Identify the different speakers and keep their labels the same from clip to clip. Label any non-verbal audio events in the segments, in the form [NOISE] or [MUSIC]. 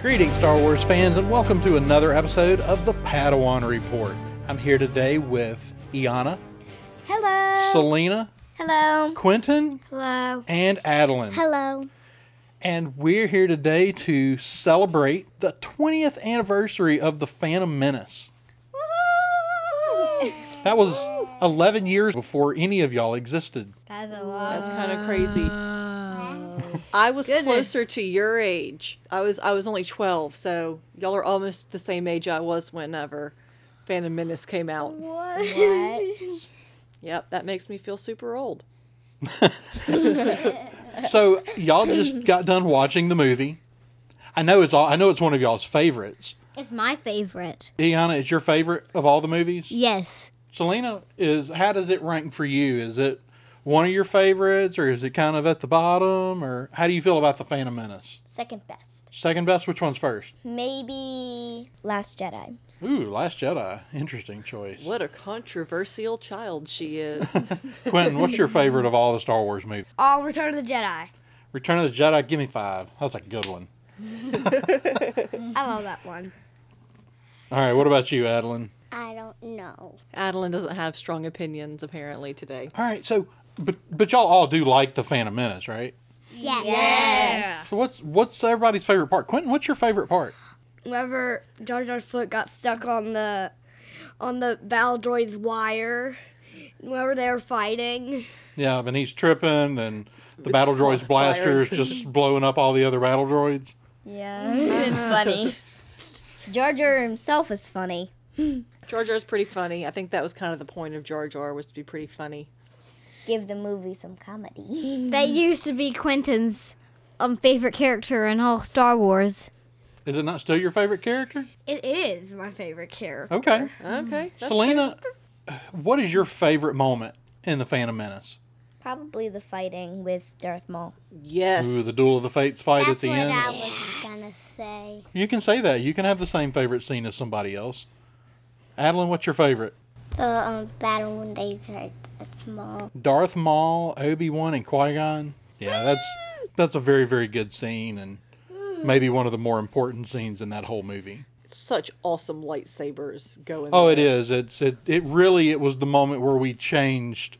Speaker 1: Greetings, Star Wars fans, and welcome to another episode of the Padawan Report. I'm here today with Iana,
Speaker 2: Hello.
Speaker 1: Selena,
Speaker 2: Hello.
Speaker 1: Quentin,
Speaker 2: Hello.
Speaker 1: and Adeline.
Speaker 2: Hello.
Speaker 1: And we're here today to celebrate the 20th anniversary of The Phantom Menace.
Speaker 2: [LAUGHS]
Speaker 1: That was 11 years before any of y'all existed.
Speaker 2: That's a lot.
Speaker 3: That's kind of crazy. I was closer to your age. I was I was only twelve, so y'all are almost the same age I was whenever Phantom Menace came out. Yep, that makes me feel super old.
Speaker 1: So y'all
Speaker 2: [LAUGHS]
Speaker 1: just got done watching the movie. I know it's all I know it's one of y'all's favorites.
Speaker 4: It's my favorite.
Speaker 1: Iana, it's your favorite of all the movies?
Speaker 4: Yes.
Speaker 1: Selena is how does it rank for you? Is it one of your favorites or is it kind of at the bottom or how do you feel about the Phantom Menace?
Speaker 2: Second best.
Speaker 1: Second best, which one's first?
Speaker 4: Hmm.
Speaker 2: Maybe Last Jedi.
Speaker 1: Ooh, Last Jedi. Interesting choice.
Speaker 3: What a controversial child she is.
Speaker 1: Quentin, what's your favorite of all the Star Wars movies?
Speaker 4: Oh, Return of the Jedi.
Speaker 1: Return of the Jedi, give me five. That's a good one.
Speaker 4: I love that one.
Speaker 1: All right, what about you, Adeline?
Speaker 2: I don't know.
Speaker 3: Adeline doesn't have strong opinions apparently today.
Speaker 1: All right, so but but y'all all do like the Phantom Menace, right?
Speaker 2: Yes.
Speaker 1: So what's what's everybody's favorite part? Quentin, what's your favorite part?
Speaker 5: whenever Jar Jar's foot got stuck on the on the battle droid's wire, whenever they were fighting.
Speaker 1: Yeah, but he's tripping and the battle droid's blaster is just blowing up all the other battle droids.
Speaker 2: Yeah.
Speaker 5: [LAUGHS]
Speaker 2: it's funny. Jar Jar himself is funny.
Speaker 3: Jar Jar's pretty funny. I think that was kind of the point of Jar Jar was to be pretty funny.
Speaker 2: Give the movie some comedy.
Speaker 4: [LAUGHS] That used to be Quentin's um favorite character in all Star Wars.
Speaker 1: Is it not still your favorite character?
Speaker 5: It is my favorite character.
Speaker 1: Okay.
Speaker 3: Okay. that's
Speaker 1: Selena, what is your favorite moment in The Phantom Menace?
Speaker 2: Probably the fighting with Darth Maul.
Speaker 3: Yes.
Speaker 1: Ooh, the Duel of the Fates fight at the end.
Speaker 2: was gonna say.
Speaker 1: You can say that. You can have the same favorite scene as somebody else. Adeline, what's your favorite?
Speaker 2: The um, battle when they hurt Darth Maul.
Speaker 1: Darth Maul, Obi Wan, and Qui Gon. Yeah, that's that's a very very good scene and maybe one of the more important scenes in that whole movie.
Speaker 3: Such awesome lightsabers going.
Speaker 1: Oh, it
Speaker 3: there.
Speaker 1: is. It's it. It really. It was the moment where we changed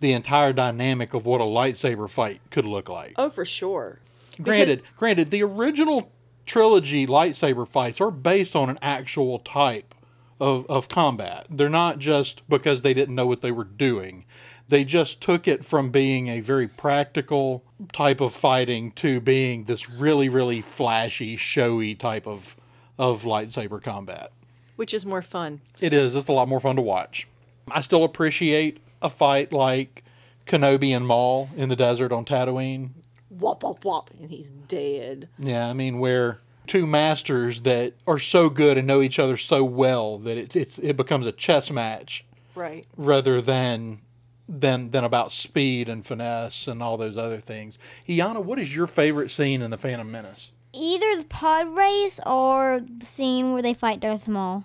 Speaker 1: the entire dynamic of what a lightsaber fight could look like.
Speaker 3: Oh, for sure.
Speaker 1: granted, granted, the original trilogy lightsaber fights are based on an actual type of of combat. They're not just because they didn't know what they were doing. They just took it from being a very practical type of fighting to being this really, really flashy, showy type of of lightsaber combat.
Speaker 3: Which is more fun?
Speaker 1: It is. It's a lot more fun to watch. I still appreciate a fight like Kenobi and Maul in the desert on Tatooine.
Speaker 3: wop wop wop and he's dead
Speaker 1: Yeah, I mean where two masters that are so good and know each other so well that it, it's it becomes a chess match
Speaker 3: right
Speaker 1: rather than than than about speed and finesse and all those other things. Iana, what is your favorite scene in the Phantom Menace?
Speaker 4: Either the pod race or the scene where they fight Darth Maul.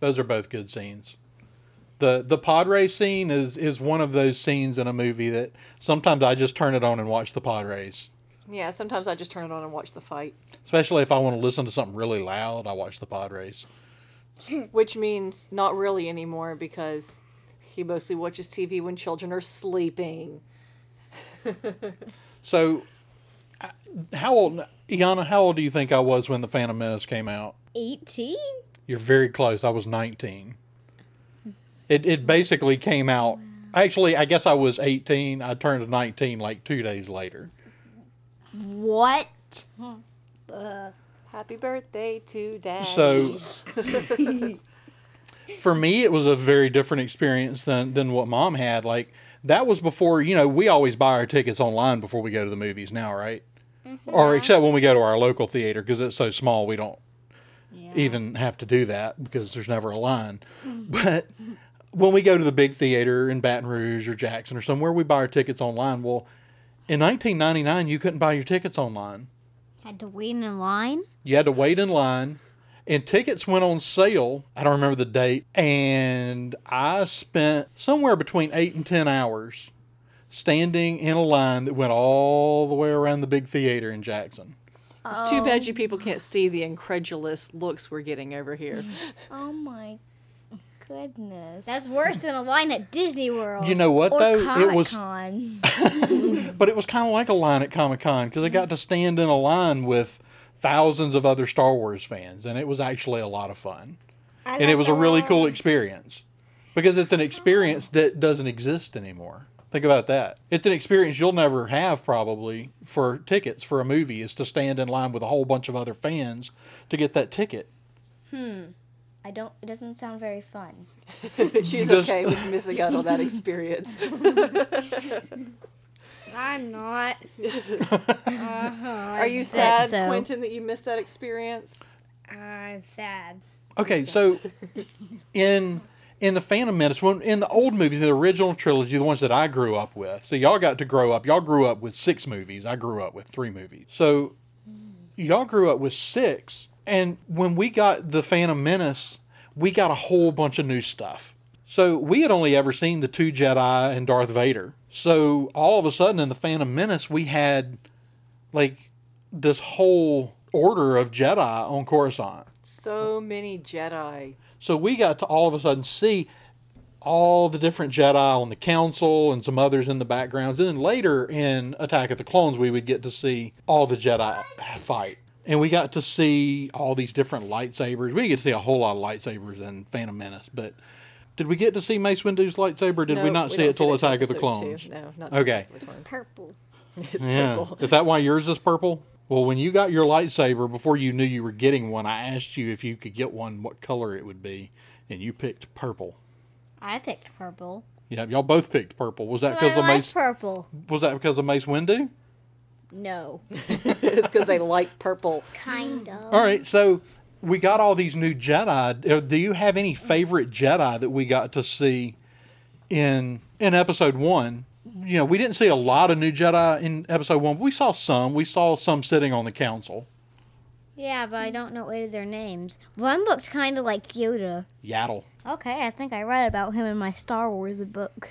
Speaker 1: Those are both good scenes. The the pod race scene is is one of those scenes in a movie that sometimes I just turn it on and watch the pod race.
Speaker 3: yeah sometimes i just turn it on and watch the fight
Speaker 1: Especially if I want to listen to something really loud, I watch the pod race.
Speaker 3: which means not really anymore because he mostly watches tv when children are sleeping
Speaker 1: So, I- how old, Iana? How old do you think I was when the Phantom Menace came out?
Speaker 4: 18?
Speaker 1: You're very close. I was 19. It it basically came out. Actually, I guess I was 18. I turned 19 like two days later.
Speaker 4: What?
Speaker 3: happy birthday to dad
Speaker 1: So, [LAUGHS] for me, it was a very different experience than than what mom had. Like that was before. You know, we always buy our tickets online before we go to the movies now, right? Or except when we go to our local theater because it's so small, we don't even have to do that because there's never a line. But when we go to the big theater in Baton Rouge or Jackson or somewhere, we buy our tickets online. Well, in 1999, you couldn't buy your tickets online.
Speaker 4: Had to wait in line?
Speaker 1: You had to wait in line, and tickets went on sale. I don't remember the date. And I spent somewhere between eight and 10 hours standing in a line that went all the way around the big theater in Jackson.
Speaker 3: It's too bad you people can't see the incredulous looks we're getting over [LAUGHS] here.
Speaker 2: Oh my goodness.
Speaker 4: That's worse than a line at Disney World.
Speaker 1: You know what
Speaker 2: or
Speaker 1: though? It was,
Speaker 2: Comic-Con.
Speaker 1: but it was kind of like a line at Comic Con because I got to stand in a line with thousands of other Star Wars fans, and it was actually a lot of fun, and it was a really cool experience because it's an experience that doesn't exist anymore. Think about that. It's an experience you'll never have probably for tickets for a movie is to stand in line with a whole bunch of other fans to get that ticket.
Speaker 2: I don't. It doesn't sound very fun.
Speaker 3: She's
Speaker 1: Because-
Speaker 3: okay with missing out on that [LAUGHS] experience.
Speaker 5: I'm not.
Speaker 3: Are you sad,
Speaker 4: so.
Speaker 3: Quentin, that you missed that experience?
Speaker 5: I'm sad.
Speaker 1: Okay, so in in the Phantom Menace, when in the old movies, the original trilogy, the ones that I grew up with. So y'all got to grow up. Y'all grew up with six movies. I grew up with three movies. So y'all grew up with six, and when we got the Phantom Menace, we got a whole bunch of new stuff. So we had only ever seen the two Jedi and Darth Vader. So all of a sudden in the Phantom Menace, we had like this whole order of Jedi on Coruscant.
Speaker 3: So many Jedi.
Speaker 1: So we got to all of a sudden see all the different Jedi on the council and some others in the backgrounds. And then later in Attack of the Clones, we would get to see all the Jedi fight. And we got to see all these different lightsabers. We didn't get to see a whole lot of lightsabers in Phantom Menace, but did we get to see Mace Windu's lightsaber? or Did we
Speaker 3: No,
Speaker 1: not see it
Speaker 3: don't
Speaker 1: till
Speaker 3: that
Speaker 1: Attack of the
Speaker 3: episode
Speaker 1: Clones?
Speaker 3: two. No, not
Speaker 1: Okay.
Speaker 3: Attack of the Clones.
Speaker 4: Purple.
Speaker 3: It's
Speaker 1: Yeah.
Speaker 3: purple. [LAUGHS]
Speaker 1: Is that why yours is purple? Well, when you got your lightsaber, before you knew you were getting one, I asked you if you could get one, what color it would be, and you picked purple.
Speaker 4: I picked purple.
Speaker 1: Yeah, y'all both picked purple. Was that because
Speaker 4: I
Speaker 1: of
Speaker 4: like
Speaker 1: Mace?
Speaker 4: purple.
Speaker 1: was that because of Mace Windu?
Speaker 4: No.
Speaker 3: it's because they like purple.
Speaker 4: Kind of.
Speaker 1: All right, so we got all these new Jedi. Uh, Do you have any favorite Jedi that we got to see in in Episode One? You know, we didn't see a lot of new Jedi in Episode One. But we saw some. We saw some sitting on the council.
Speaker 4: Yeah, but I don't know any of their names. One looked kind of like Yoda.
Speaker 1: Yaddle.
Speaker 4: Okay, I think I read about him in my Star Wars book.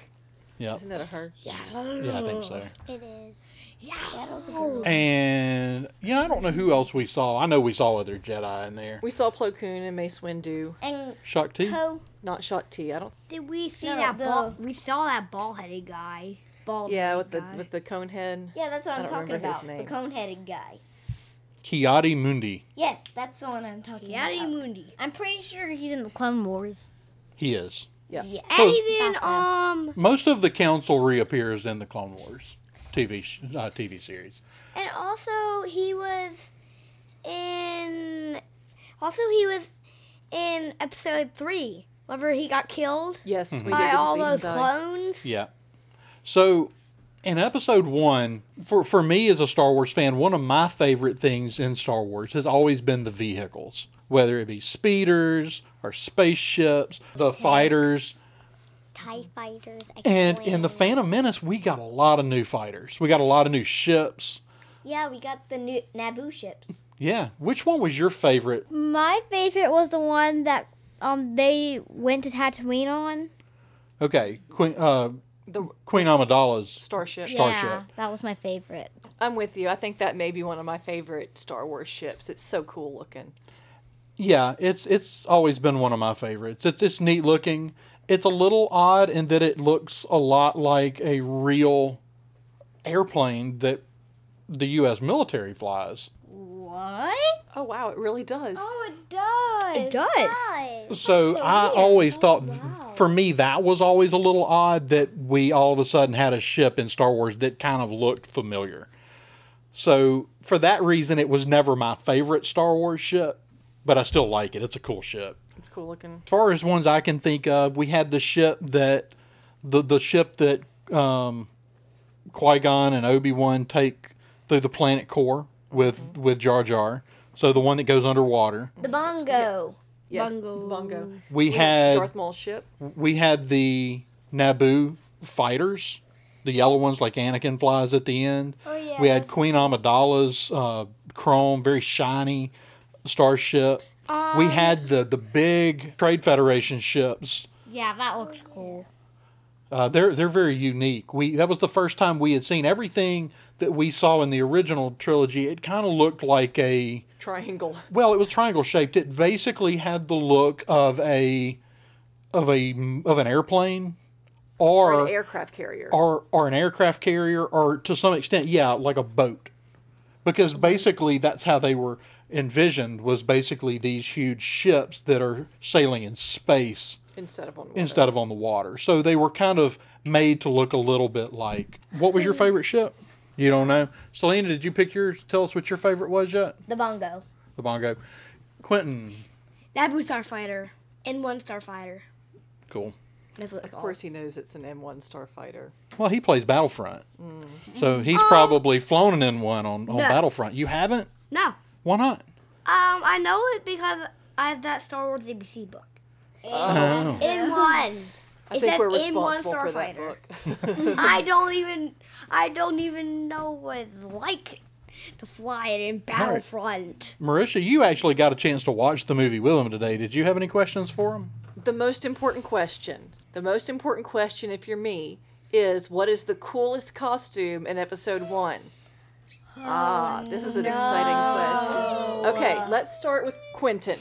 Speaker 1: Yeah,
Speaker 3: Isn't that a her?
Speaker 1: yeah, I think so.
Speaker 2: It is.
Speaker 1: And you know, I don't know who else we saw. I know we saw other Jedi in there.
Speaker 3: We saw Plo Koon and Mace Windu,
Speaker 2: And
Speaker 1: Shakti.
Speaker 2: Poe.
Speaker 3: not Shakti. I don't.
Speaker 5: Did we see
Speaker 2: No,
Speaker 5: that
Speaker 2: the-
Speaker 5: ball? We saw that ball-headed guy. Bald.
Speaker 3: Yeah, with the
Speaker 5: guy.
Speaker 3: with the cone head.
Speaker 2: Yeah, that's what
Speaker 3: I
Speaker 2: I'm
Speaker 3: don't
Speaker 2: talking
Speaker 3: remember his
Speaker 2: about. The
Speaker 3: name.
Speaker 2: cone-headed guy.
Speaker 1: Kiadi Mundi.
Speaker 2: Yes, that's the one I'm talking
Speaker 5: Yadi
Speaker 2: about.
Speaker 5: Mundi.
Speaker 4: I'm pretty sure he's in the Clone Wars.
Speaker 1: He is.
Speaker 5: And even
Speaker 4: That's him.
Speaker 5: um
Speaker 1: Most of the council reappears in the Clone Wars TV sh- uh, TV series.
Speaker 6: And also he was in also he was in episode three, whenever he got killed
Speaker 3: Yes,
Speaker 1: Mm-hmm.
Speaker 3: we
Speaker 6: by
Speaker 3: did get to
Speaker 6: all
Speaker 3: see him
Speaker 6: those
Speaker 3: die.
Speaker 6: clones.
Speaker 1: Yeah. So in episode one, for for me as a Star Wars fan, one of my favorite things in Star Wars has always been the vehicles, whether it be speeders or spaceships, the fighters,
Speaker 6: TIE fighters.
Speaker 1: and in the Phantom Menace, we got a lot of new fighters. We got a lot of new ships.
Speaker 2: Yeah, we got the new Naboo ships.
Speaker 1: Yeah. Which one was your favorite?
Speaker 4: My favorite was the one that um they went to Tatooine on.
Speaker 1: Okay, Queen uh,
Speaker 3: The
Speaker 1: Queen Amidala's
Speaker 3: starship.
Speaker 1: starship.
Speaker 4: Yeah, that was my favorite.
Speaker 3: I'm with you. I think that may be one of my favorite Star Wars ships. It's so cool looking.
Speaker 1: Yeah, it's it's always been one of my favorites. It's it's neat looking. It's a little odd in that it looks a lot like a real airplane that the U.S. military flies.
Speaker 4: What?
Speaker 3: Oh wow, it really does.
Speaker 6: Oh.
Speaker 2: it does.
Speaker 5: It does.
Speaker 1: So, I always thought, th- for me, that was always a little odd that we all of a sudden had a ship in Star Wars that kind of looked familiar. So for that reason, it was never my favorite Star Wars ship, but I still like it. It's a cool ship.
Speaker 3: It's cool looking.
Speaker 1: as far as ones I can think of, we had the ship that the the ship that um, Qui Gon and Obi Wan take through the planet core with with Jar Jar. So the one that goes underwater.
Speaker 2: The bongo.
Speaker 3: Yes, Bungo. Bungo.
Speaker 1: We had
Speaker 3: Darth Maul ship.
Speaker 1: we had the Naboo fighters, the yellow ones like Anakin flies at the end. Oh, yeah. We had Queen Amidala's uh, chrome, very shiny starship. we had the the big Trade Federation ships.
Speaker 4: Yeah, that looked cool.
Speaker 1: Uh, they're they're very unique. We that was the first time we had seen everything that we saw in the original trilogy. It kind of looked like a
Speaker 3: Triangle.
Speaker 1: well, it was triangle shaped. It basically had the look of a of a of an airplane or
Speaker 3: Or an aircraft carrier.
Speaker 1: or or an aircraft carrier or to some extent yeah like a boat because basically that's how they were envisioned was basically these huge ships that are sailing in space
Speaker 3: instead of on water.
Speaker 1: instead of on the water so they were kind of made to look a little bit like what was your favorite ship you don't know selena did you pick yours tell us what your favorite was yet
Speaker 6: The bongo.
Speaker 1: the bongo quentin
Speaker 5: Naboo Starfighter and one Starfighter.
Speaker 1: cool
Speaker 5: That's what they
Speaker 3: Of
Speaker 5: call.
Speaker 3: course, he knows it's an M1 Starfighter.
Speaker 1: well he plays battlefront so he's probably flown in one on, on battlefront you haven't
Speaker 5: it. No.
Speaker 1: why not
Speaker 6: Um, I know it because I have that Star Wars ABC book.
Speaker 1: oh.
Speaker 6: In one.
Speaker 3: I
Speaker 6: It
Speaker 3: think
Speaker 6: says
Speaker 3: we're
Speaker 6: M1
Speaker 3: responsible for that
Speaker 6: Starfighter.
Speaker 3: book.
Speaker 6: I don't even I don't even know what it's like to fly it in Battlefront.
Speaker 1: Marisha, you actually got a chance to watch the movie with him today. Did you have any questions for him?
Speaker 3: the most important question. The most important question, if you're me, is what is the coolest costume in episode one? ah, this is an exciting question. Okay, let's start with Quentin.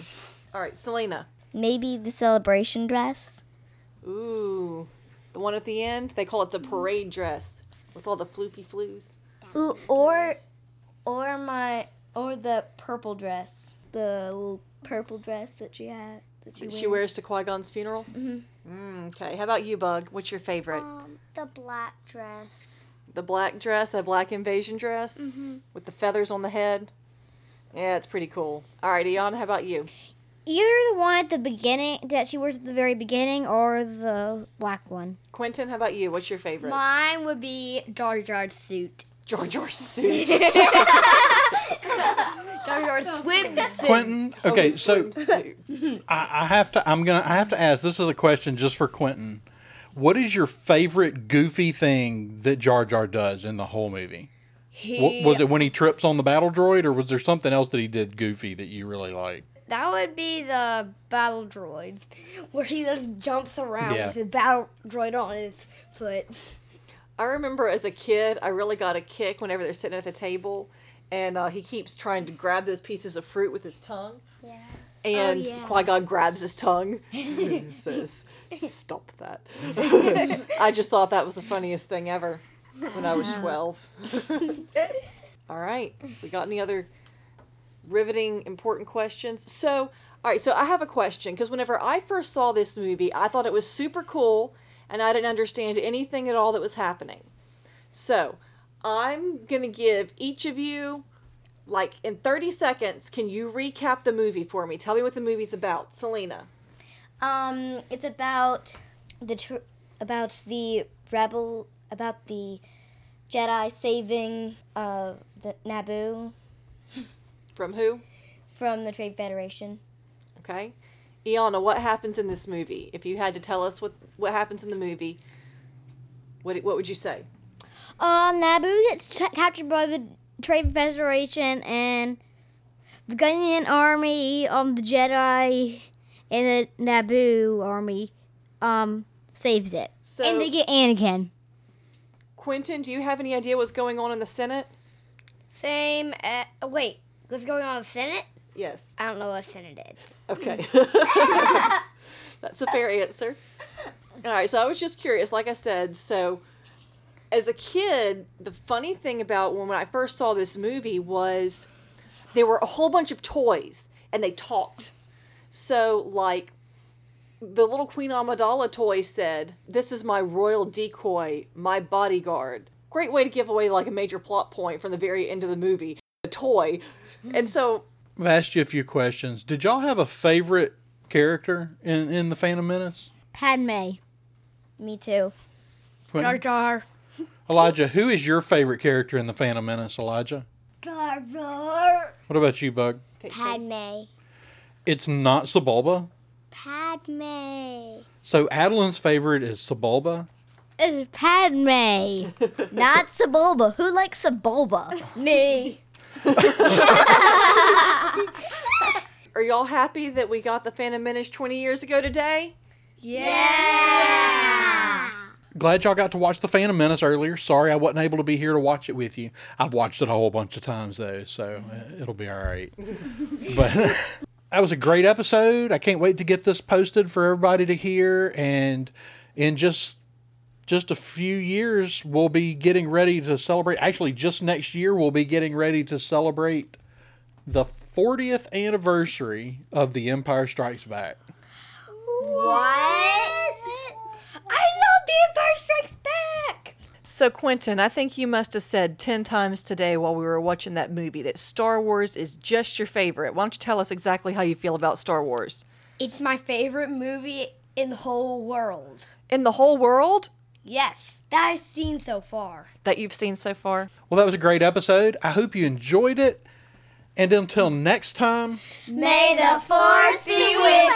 Speaker 3: All right, Selena.
Speaker 2: Maybe the celebration dress.
Speaker 3: Ooh, the one at the end. They call it the parade dress with all the floopy floos.
Speaker 2: Ooh, or or my or the purple dress. The little purple dress that she had. That she,
Speaker 3: that she wears to Qui Gon's funeral. Mm-hmm. Okay, how about you, Bug? What's your favorite?
Speaker 6: Um, the black dress.
Speaker 3: the black dress, that black invasion dress with the feathers on the head. Yeah, it's pretty cool. All right, Ian, how about you?
Speaker 4: Either the one at the beginning that she wears at the very beginning, or the black one.
Speaker 3: Quentin, how about you? What's your favorite?
Speaker 5: Mine would be Jar Jar's suit.
Speaker 3: Jar
Speaker 6: [LAUGHS]
Speaker 3: Jar suit.
Speaker 5: Jar
Speaker 2: [LAUGHS]
Speaker 5: Jar's swimsuit.
Speaker 1: Quentin,
Speaker 3: [LAUGHS]
Speaker 1: okay, so
Speaker 3: Swimsuit.
Speaker 1: I, I have to. I'm gonna. I have to ask. This is a question just for Quentin. What is your favorite goofy thing that Jar Jar does in the whole movie? Wa- was it when he trips on the battle droid, or was there something else that he did goofy that you really liked?
Speaker 5: That would be the battle droid, where he just jumps around
Speaker 1: Yeah.
Speaker 5: with the battle droid on his foot.
Speaker 3: I remember as a kid, I really got a kick whenever they're sitting at the table, and uh, he keeps trying to grab those pieces of fruit with his tongue.
Speaker 6: Yeah. Oh,
Speaker 3: And
Speaker 6: yeah.
Speaker 3: Qui Gon grabs
Speaker 6: [LAUGHS]
Speaker 3: his tongue and says, Stop that. [LAUGHS] I just thought that was the funniest thing ever when I was 12.
Speaker 6: [LAUGHS]
Speaker 3: all right. We got any other riveting, important questions? So, all right. So, I have a question because whenever I first saw this movie, I thought it was super cool and I didn't understand anything at all that was happening. So, I'm going to give each of you like in 30 seconds can you recap the movie for me tell me what the movie's about selena
Speaker 2: Um, it's about the tr- about the rebel about the Jedi saving uh the Naboo
Speaker 3: from who
Speaker 2: from the Trade Federation.
Speaker 3: okay iana what happens in this movie if you had to tell us what what happens in the movie what what would you say
Speaker 4: Uh, Naboo gets ch- captured by the Trade Federation and the Gungan army, um, the Jedi, and the Naboo army, um, saves it.
Speaker 3: so
Speaker 4: and they get Anakin.
Speaker 3: quentin do you have any idea what's going on in the senate
Speaker 5: Same. a wait, what's going on in the Senate?
Speaker 3: yes
Speaker 5: I don't know what Senate is.
Speaker 3: okay that's a fair answer all right so i was just curious like i said so as a kid, the funny thing about when I first saw this movie was there were a whole bunch of toys and they talked. So, like, the little Queen Amidala toy said, This is my royal decoy, my bodyguard. Great way to give away like a major plot point from the very end of the movie, a toy. And so,
Speaker 1: I've asked you a few questions. Did y'all have a favorite character in in the Phantom Menace?
Speaker 4: Padme.
Speaker 2: Me too.
Speaker 5: Jar Jar.
Speaker 1: [LAUGHS] Elijah, who is your favorite character in the Phantom Menace? Elijah,
Speaker 6: Jar Jar.
Speaker 1: what about you, Bug?
Speaker 6: Padme.
Speaker 1: It's not Sebulba.
Speaker 6: Padme.
Speaker 1: So Adeline's favorite is Sebulba.
Speaker 4: It's Padme.
Speaker 2: Not Sebulba. Who likes Sebulba?
Speaker 5: Me.
Speaker 3: are y'all happy that we got the Phantom Menace 20 years ago today?
Speaker 5: Yeah.
Speaker 1: glad y'all got to watch The Phantom Menace earlier. Sorry I wasn't able to be here to watch it with you. I've watched it a whole bunch of times though, so uh, it'll be all right. but [LAUGHS] that was a great episode. I can't wait to get this posted for everybody to hear and in just just a few years we'll be getting ready to celebrate. Actually, just next year we'll be getting ready to celebrate the 40th anniversary of The Empire Strikes Back.
Speaker 6: I love the Empire Strikes Back.
Speaker 3: So, Quentin, I think you must have said 10 times today while we were watching that movie that Star Wars is just your favorite. Why don't you tell us exactly how you feel about Star Wars?
Speaker 5: It's my favorite movie in the whole world.
Speaker 3: In the whole world
Speaker 5: Yes, that I've seen so far.
Speaker 3: that you've seen so far?
Speaker 1: Well, that was a great episode. I hope you enjoyed it. And until next time,
Speaker 2: May the force be with